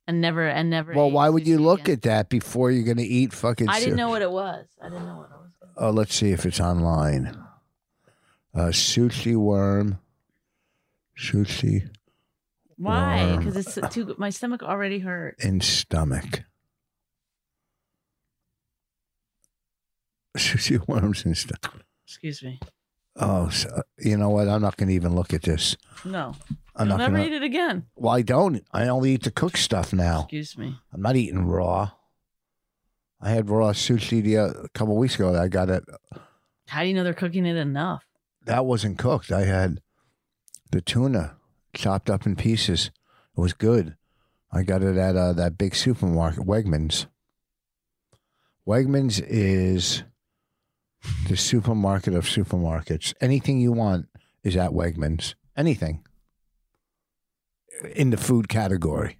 S2: And never and never.
S1: Well,
S2: ate
S1: why would you
S2: sushi
S1: look
S2: again.
S1: at that before you're going to eat fucking?
S2: I
S1: su-
S2: didn't know what it was. I didn't know what it was.
S1: Oh, let's see if it's online. Uh, sushi worm. Sushi
S2: Why?
S1: Worm.
S2: Because it's too. My stomach already hurt.
S1: in stomach. Sushi worms in stomach.
S2: Excuse me.
S1: Oh, so, you know what? I'm not going to even look at this.
S2: No,
S1: I'm not
S2: I'll never
S1: going
S2: eat
S1: to.
S2: it again.
S1: Well, I don't. I only eat the cooked stuff now.
S2: Excuse me.
S1: I'm not eating raw. I had raw sushi the, uh, a couple weeks ago. I got it.
S2: How do you know they're cooking it enough?
S1: That wasn't cooked. I had the tuna chopped up in pieces. It was good. I got it at uh, that big supermarket, Wegmans. Wegmans is the supermarket of supermarkets. Anything you want is at Wegmans. Anything in the food category.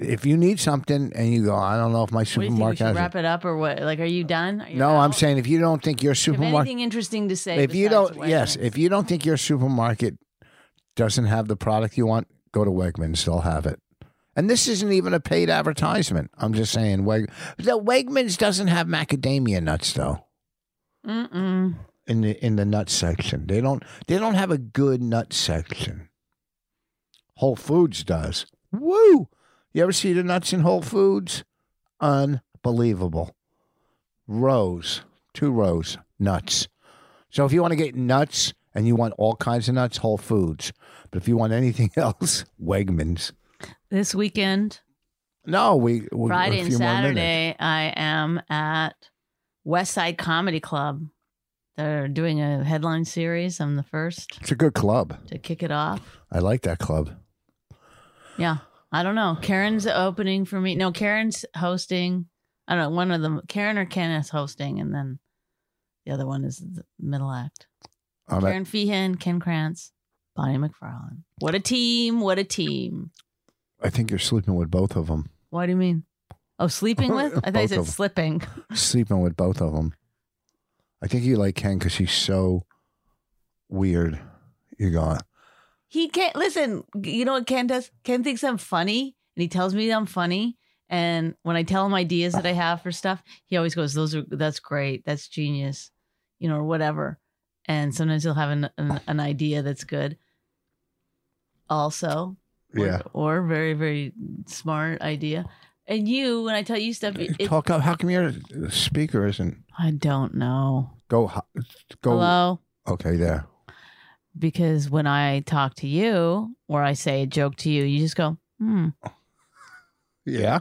S1: If you need something and you go, I don't know if my
S2: What do you think we
S1: supermarket
S2: should
S1: has it."
S2: wrap it up or what? Like, are you done? Are you
S1: No, I'm
S2: out?
S1: saying if you don't think your
S2: Do you have
S1: supermarket
S2: anything interesting to say?
S1: if you
S2: besides
S1: don't yes
S2: Wegmans?
S1: if you don't think your supermarket doesn't have the product you want go to wegmans they'll have it and this isn't even a paid advertisement i'm just saying Weg- the wegmans doesn't have macadamia nuts though
S2: Mm-mm.
S1: in the in the nut section they don't they don't have a good nut section whole foods does woo you ever see the nuts in whole foods unbelievable rows two rows nuts so if you want to get nuts and you want all kinds of nuts whole foods but if you want anything else wegmans
S2: this weekend,
S1: no we, we
S2: Friday
S1: a
S2: and
S1: few more minutes.
S2: Saturday, I am at West Side Comedy Club. They're doing a headline series. I'm the first
S1: it's a good club
S2: to kick it off.
S1: i like that club
S2: Yeah, I don't know. Karen's opening for me. No, Karen's hosting. I don't know. One of them, Karen or Ken is hosting, and then the other one is the middle act.
S1: I'm at-
S2: Karen Feehan, Ken Krantz, Bonnie McFarlane. What a team! What a team!
S1: i think you're sleeping with both of them
S2: What do you mean? Oh, sleeping with? I thought you
S1: Both of
S2: said
S1: 'em.
S2: slipping.
S1: sleeping with both of them. I think you like Ken because he's so weird. You go,
S2: He can't listen. You know what Ken does? Ken thinks I'm funny, and he tells me I'm funny. And when I tell him ideas that I have for stuff, he always goes, "Those are that's great, that's genius," you know, or whatever. And sometimes he'll have an an, an idea that's good. Also, or-
S1: yeah.
S2: or, very very smart idea. And you, when I tell you stuff, it,
S1: Talk up. How come your speaker isn't
S2: I don't know.
S1: go h- go?
S2: Hello.
S1: Okay, there.
S2: because when I talk to you or I say a joke to you, you just go, hmm.
S1: Yeah.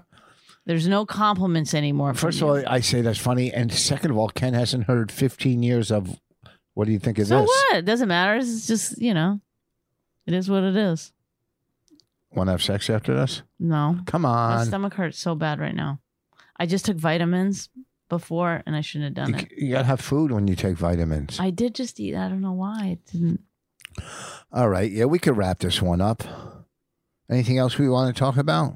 S2: There's no compliments anymore. from
S1: Uh, First of
S2: you.
S1: all, I say that's funny, and second of all, Ken hasn't heard 15 years of. What do you think of
S2: so
S1: this?
S2: what? It doesn't matter. It's just you know, it is what it is.
S1: Want to have sex after this?
S2: No,
S1: Come
S2: my
S1: on.
S2: stomach hurts so bad right now. I just took vitamins before, and I shouldn't have
S1: You,
S2: done it.
S1: you gotta have food when you take vitamins.
S2: I did just eat. I don't know why it didn't.
S1: All right, yeah, we could wrap this one up. Anything else we want to talk about?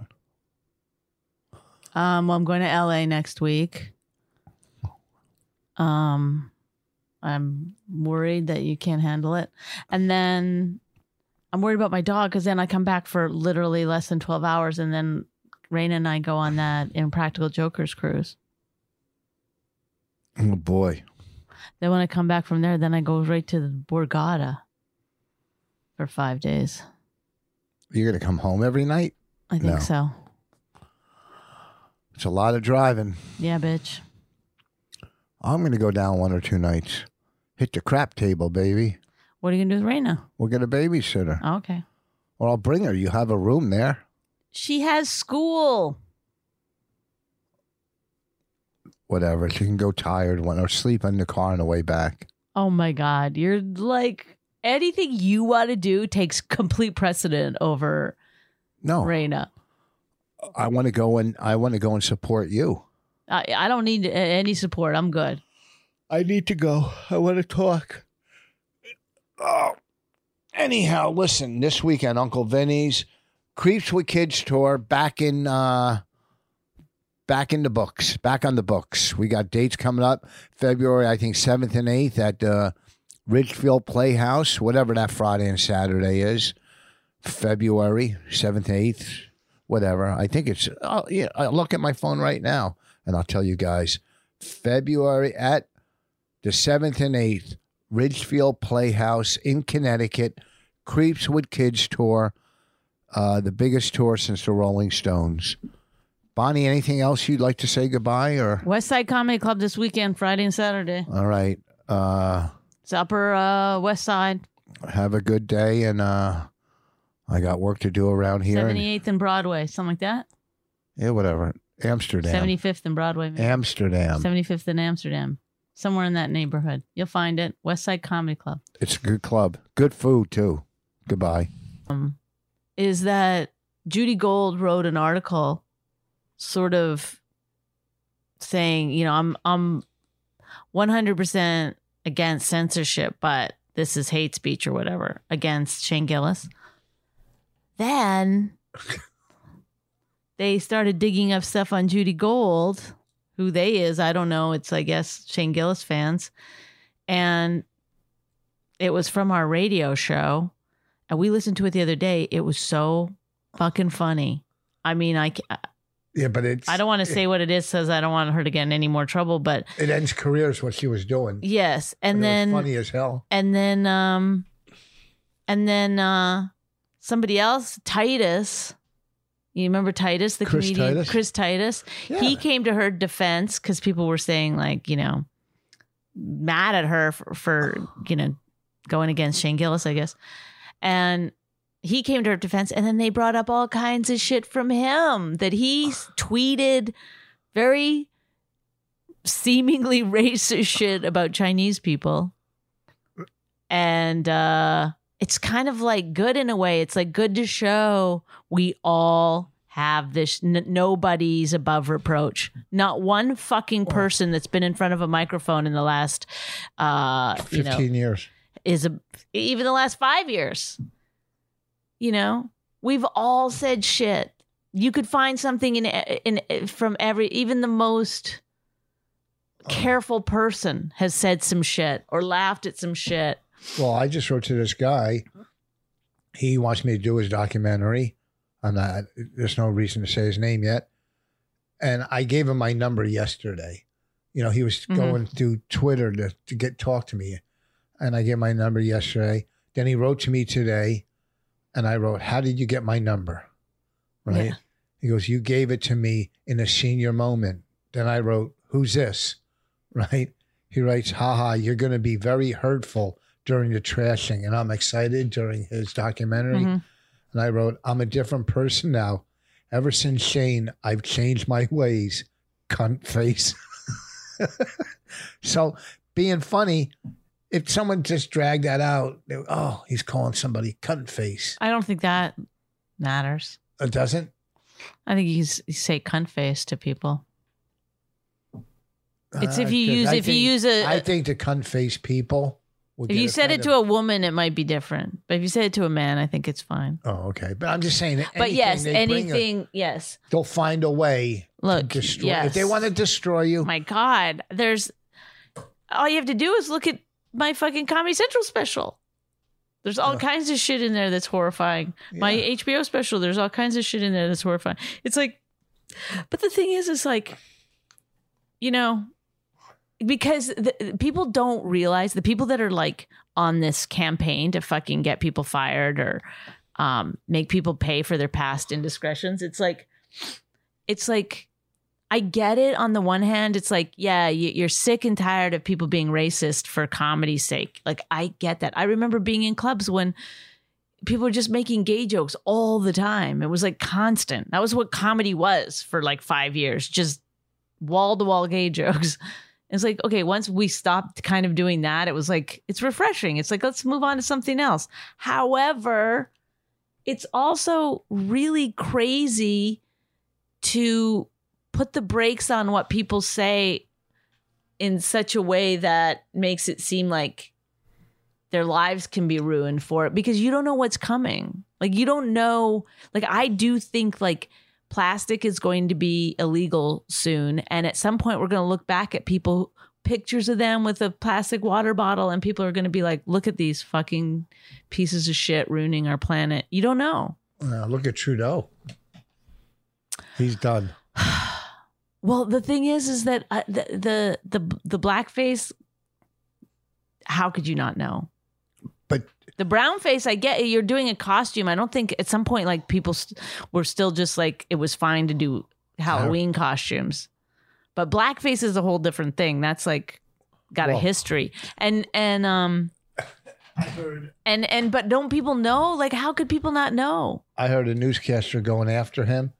S2: Um, well, I'm going to LA next week. Um, I'm worried that you can't handle it, and then I'm worried about my dog because then I come back for literally less than 12 hours, and then Raina and I go on that Impractical Jokers cruise.
S1: Oh boy,
S2: Then when I come back from there, then I go right to the Borgata for five days.
S1: you're gonna come home every night.
S2: I think
S1: No.
S2: so.
S1: It's a lot of driving.
S2: Yeah, bitch.
S1: I'm going to go down one or two nights. Hit the crap table, baby.
S2: What are you gonna do with Raina?
S1: We'll get a babysitter.
S2: Oh, okay.
S1: Or I'll bring her. You have a room there.
S2: She has school.
S1: Whatever. She can go tired one or sleep in the car on the way back.
S2: Oh my God. You're like, anything you want to do takes complete precedent over
S1: No.
S2: Raina.
S1: I want to go and I want to go and support you.
S2: I, I don't need a- any support. I'm good.
S1: I need to go. I want to talk. Oh. Anyhow, listen, this weekend, Uncle Vinny's Creeps with Kids tour back in uh back in the books, back on the books. We got dates coming up February, I think 7th and 8th at uh, the Ridgefield Playhouse, whatever that Friday and Saturday is. February 7th, 8th, whatever. I think it's, oh, yeah, I'll look at my phone right now and I'll tell you guys. February at the 7th and 8th, Ridgefield Playhouse in Connecticut, Creeps with Kids Tour, uh, the biggest tour since the Rolling Stones. Bonnie, anything else you'd like to say goodbye or?
S2: West Side Comedy Club this weekend, Friday and Saturday.
S1: All right. Uh,
S2: It's Upper uh, West Side,
S1: have a good day, and uh, I got work to do around here. and-
S2: 78th and Broadway, something like that.
S1: yeah, whatever. Amsterdam.
S2: 75th and Broadway. maybe.
S1: Amsterdam.
S2: 75th in Amsterdam, somewhere in that neighborhood. You'll find it. West Side Comedy Club.
S1: It's a good club. Good food too. Goodbye.
S2: Um, is that Judy Gold wrote an article, sort of saying, you know, I'm I'm 100% against censorship, but this is hate speech or whatever against Shane Gillis. Then they started digging up stuff on Judy Gold, who they is, I don't know. It's I guess Shane Gillis fans. And it was from our radio show. And we listened to it the other day. It was so fucking funny. I mean, I, ca-
S1: Yeah, but it's.
S2: I don't want to say what it is because I don't want her to get in any more trouble. But
S1: It ends careers what she was doing.
S2: yes, and then
S1: funny as hell.
S2: and then um and then uh somebody else titus you remember titus the
S1: Chris
S2: comedian
S1: Titus?
S2: chris titus he came to her defense because people were saying like you know mad at her for, for you know going against shane gillis i guess and he came to her defense and then they brought up all kinds of shit from him that he s- tweeted very seemingly racist shit about chinese people and uh it's kind of like good in a way it's like good to show we all have this n- nobody's above reproach not one fucking person that's been in front of a microphone in the last uh you know
S1: Fifteen years.
S2: is a, even the last five years. You know, we've all said shit. You could find something in in from every even the most careful person has said some shit or laughed at some shit.
S1: Well, I just wrote to this guy. He wants me to do his documentary. I'm not. There's no reason to say his name yet. And I gave him my number yesterday. You know, he was
S2: Mhm.
S1: going through Twitter to, to get talk to me, and I gave my number yesterday. Then he wrote to me today, and I wrote, "How did you get my number?" Right.
S2: Yeah.
S1: He goes, "You gave it to me in a senior moment." Then I wrote, "Who's this?" Right. He writes, haha, you're going to be very hurtful during the trashing. And I'm excited during his documentary.
S2: Mhm.
S1: And I wrote, I'm a different person now. Ever since Shane, I've changed my ways, cunt face. so being funny, if someone just dragged that out, they- oh, he's calling somebody cunt face. Uh,
S2: I don't think that matters.
S1: It doesn't.
S2: I think you, s- you say cunt face to people. It's if
S1: Uh,
S2: you
S1: 'cause
S2: use-
S1: I
S2: if you
S1: think-
S2: use a-
S1: I think the cunt face people. would
S2: If
S1: get
S2: you said it
S1: offended.
S2: to a woman, it might be different. But if you said it to a man, I think it's fine.
S1: Oh, okay. But I'm just saying. that
S2: but yes,
S1: they bring up-
S2: anything, yes.
S1: they'll find a way
S2: Look,
S1: to destroy
S2: yes.
S1: if they want to destroy you
S2: my god there's all you have to do is look at my fucking comedy central special there's all
S1: Yeah.
S2: kinds of shit in there that's horrifying my
S1: Yeah.
S2: hbo special there's all kinds of shit in there that's horrifying it's like but the thing is it's like you know because the, people don't realize the people that are like on this campaign to fucking get people fired or um, make people pay for their past indiscretions it's like it's like I get it. On the one hand, it's like, yeah, you- you're sick and tired of people being racist for comedy's sake. Like, I get that. I remember being in clubs when people were just making gay jokes all the time. It was like constant. That was what comedy was for like five years, just wall to wall gay jokes. It's like, okay, once we stopped kind of doing that, it was like, it's refreshing. It's like, let's move on to something else. However, it's also really crazy to put the brakes on what people say in such a way that makes it seem like their lives can be ruined for it because you don't know what's coming. Like you don't know like I do think like plastic is going to be illegal soon and at some point we're going to look back at people pictures of them with a plastic water bottle and people are going to be like look at these fucking pieces of shit ruining our planet. You don't know.
S1: Uh, look at Trudeau. He's done.
S2: Well, the thing is, is that uh, the, the the the blackface. How could you not know?
S1: But
S2: The brown face, I get it. You're doing a costume. I don't think at some point like people st- were still just like it was fine to do Halloween costumes, but blackface is a whole different thing. That's like got a
S1: Well-
S2: history and and um and and but don't people know? Like, how could people not know?
S1: I heard a newscaster going after him,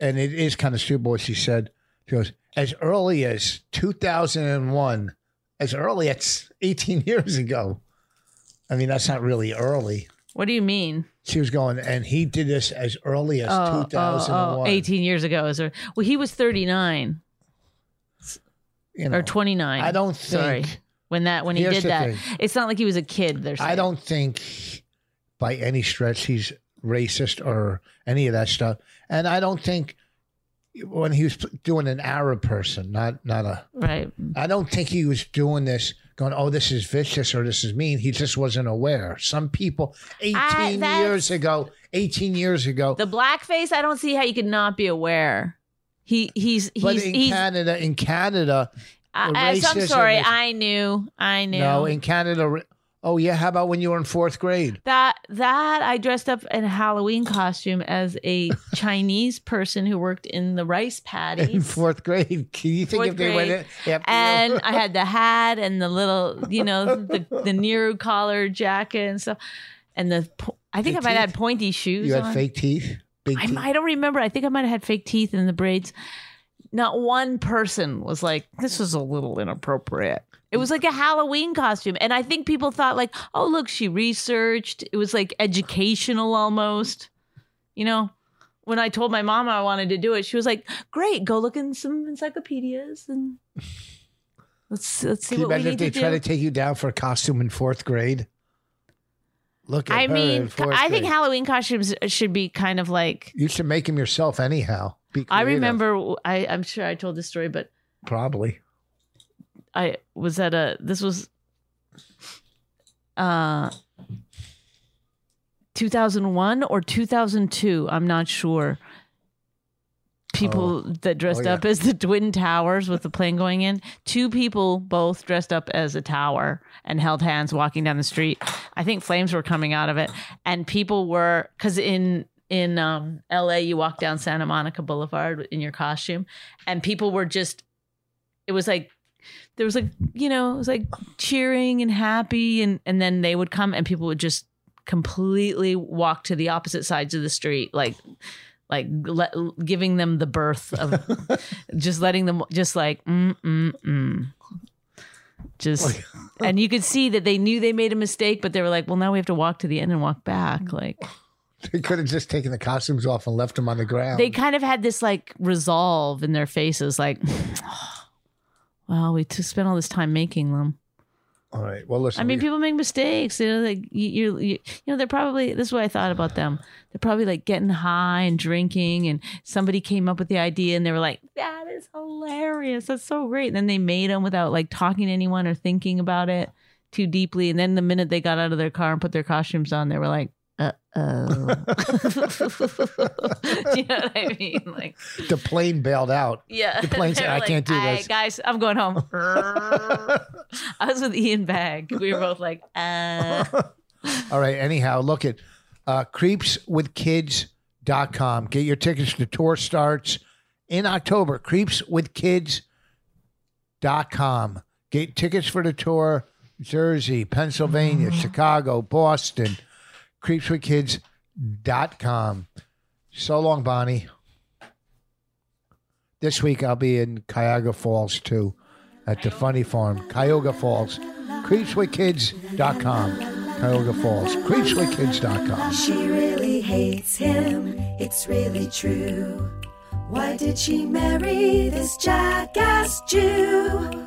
S1: and it is kind of stupid what she said. She goes, as early as 2001, as early as 18 years ago. I mean, that's not really early.
S2: What do you mean?
S1: She was going, and he did this as early as
S2: Oh, oh, oh,
S1: 2001.
S2: 18 years ago. Is there, well, he was 39.
S1: you
S2: or 29
S1: I don't
S2: sorry
S1: think-
S2: when that when he
S1: Here's
S2: did
S1: the
S2: that
S1: thing.
S2: it's not like he was a kid there's
S1: I don't think by any stretch he's racist or any of that stuff. And I don't think when he was doing an Arab person, not not a
S2: right
S1: I don't think he was doing this going, oh, this is vicious or this is mean. He just wasn't aware. Some people 18
S2: I- that's-
S1: years ago, 18 years ago,
S2: the blackface i don't see how you could not be aware he he's
S1: but
S2: he's
S1: in
S2: he's
S1: Canada, in Canada,
S2: I,
S1: the
S2: I- so i'm
S1: racism
S2: sorry
S1: is-
S2: i knew i knew
S1: no, in Canada, oh, yeah, how about when you were in fourth grade?
S2: that that i dressed up in a halloween costume as a chinese person who worked in the rice
S1: In
S2: paddies
S1: fourth grade, can you think
S2: Fourth
S1: if they went
S2: grade.
S1: in? after you-
S2: and I had the hat and the little, you know, the the Nehru collar jacket and stuff, and the po- I think
S1: The
S2: I might have had
S1: teeth?
S2: pointy shoes.
S1: you had
S2: on.
S1: fake teeth, big
S2: I,
S1: teeth.
S2: I don't remember. I think I might have had fake teeth in the braids. Not one person was like, this was a little inappropriate. It was like a Halloween costume. And I think people thought, like, oh, look, she researched. It was like educational almost. You know, when I told my mom I wanted to do it, she was like, great, go look in some encyclopedias and let's, let's see
S1: Can you
S2: what we
S1: imagine if
S2: need
S1: they
S2: to
S1: try
S2: do.
S1: to take you down for a costume in fourth grade? Look at her
S2: I
S1: in
S2: mean,
S1: fourth
S2: I think
S1: grade.
S2: Halloween costumes should be kind of like,
S1: you should make them yourself anyhow. Be
S2: I
S1: creative.
S2: remember, I, I'm sure I told this story, but
S1: probably.
S2: I was at a this was uh 2001 or 2002, I'm not sure. People that dressed
S1: yeah.
S2: up as the twin towers with the plane going in. Two people both dressed up as a tower and held hands walking down the street. I think flames were coming out of it and people were cuz in in um LA you walk down Santa Monica Boulevard in your costume and people were just it was like there was like you know it was like cheering and happy and and then they would come and people would just completely walk to the opposite sides of the street like like let, giving them the birth of just letting them just like mm mm mm just and you could see that they knew they made a mistake but they were like well now we have to walk to the end and walk back like
S1: They could have just taken the costumes off and left them on the ground.
S2: they kind of had this like resolve in their faces like well we t- spent all this time making them
S1: All right. Well, listen.
S2: I mean,
S1: we-
S2: people make mistakes. You know, like you, you're, you, you know, they're probably. This is what I thought about them. They're probably like getting high and drinking, and somebody came up with the idea, and they were like, "That is hilarious. That's so great." And then they made them without like talking to anyone or thinking about it too deeply. And then the minute they got out of their car and put their costumes on, they were like, "Uh oh." Do you know what I mean? Like,
S1: the plane bailed out.
S2: yeah.
S1: The plane
S2: They
S1: said,
S2: were
S1: "I can't do
S2: "All right,
S1: this."
S2: guys. I'm going home." I was with Ian Bag. We were both like, uh.
S1: All right. Anyhow, look at uh, creepswithkids.com. Get your tickets to tour starts in October. Creepswithkids.com. Get tickets for the tour. Jersey, Pennsylvania, Chicago, Boston. Creepswithkids.com. So long, Bonnie. This week I'll be in Cuyahoga Falls too at the Funny Farm, Cuyahoga Falls. Creepswithkids.com. Cuyahoga Falls. Creepswithkids.com.
S3: She really hates him, it's really true. Why did she marry this jackass Jew?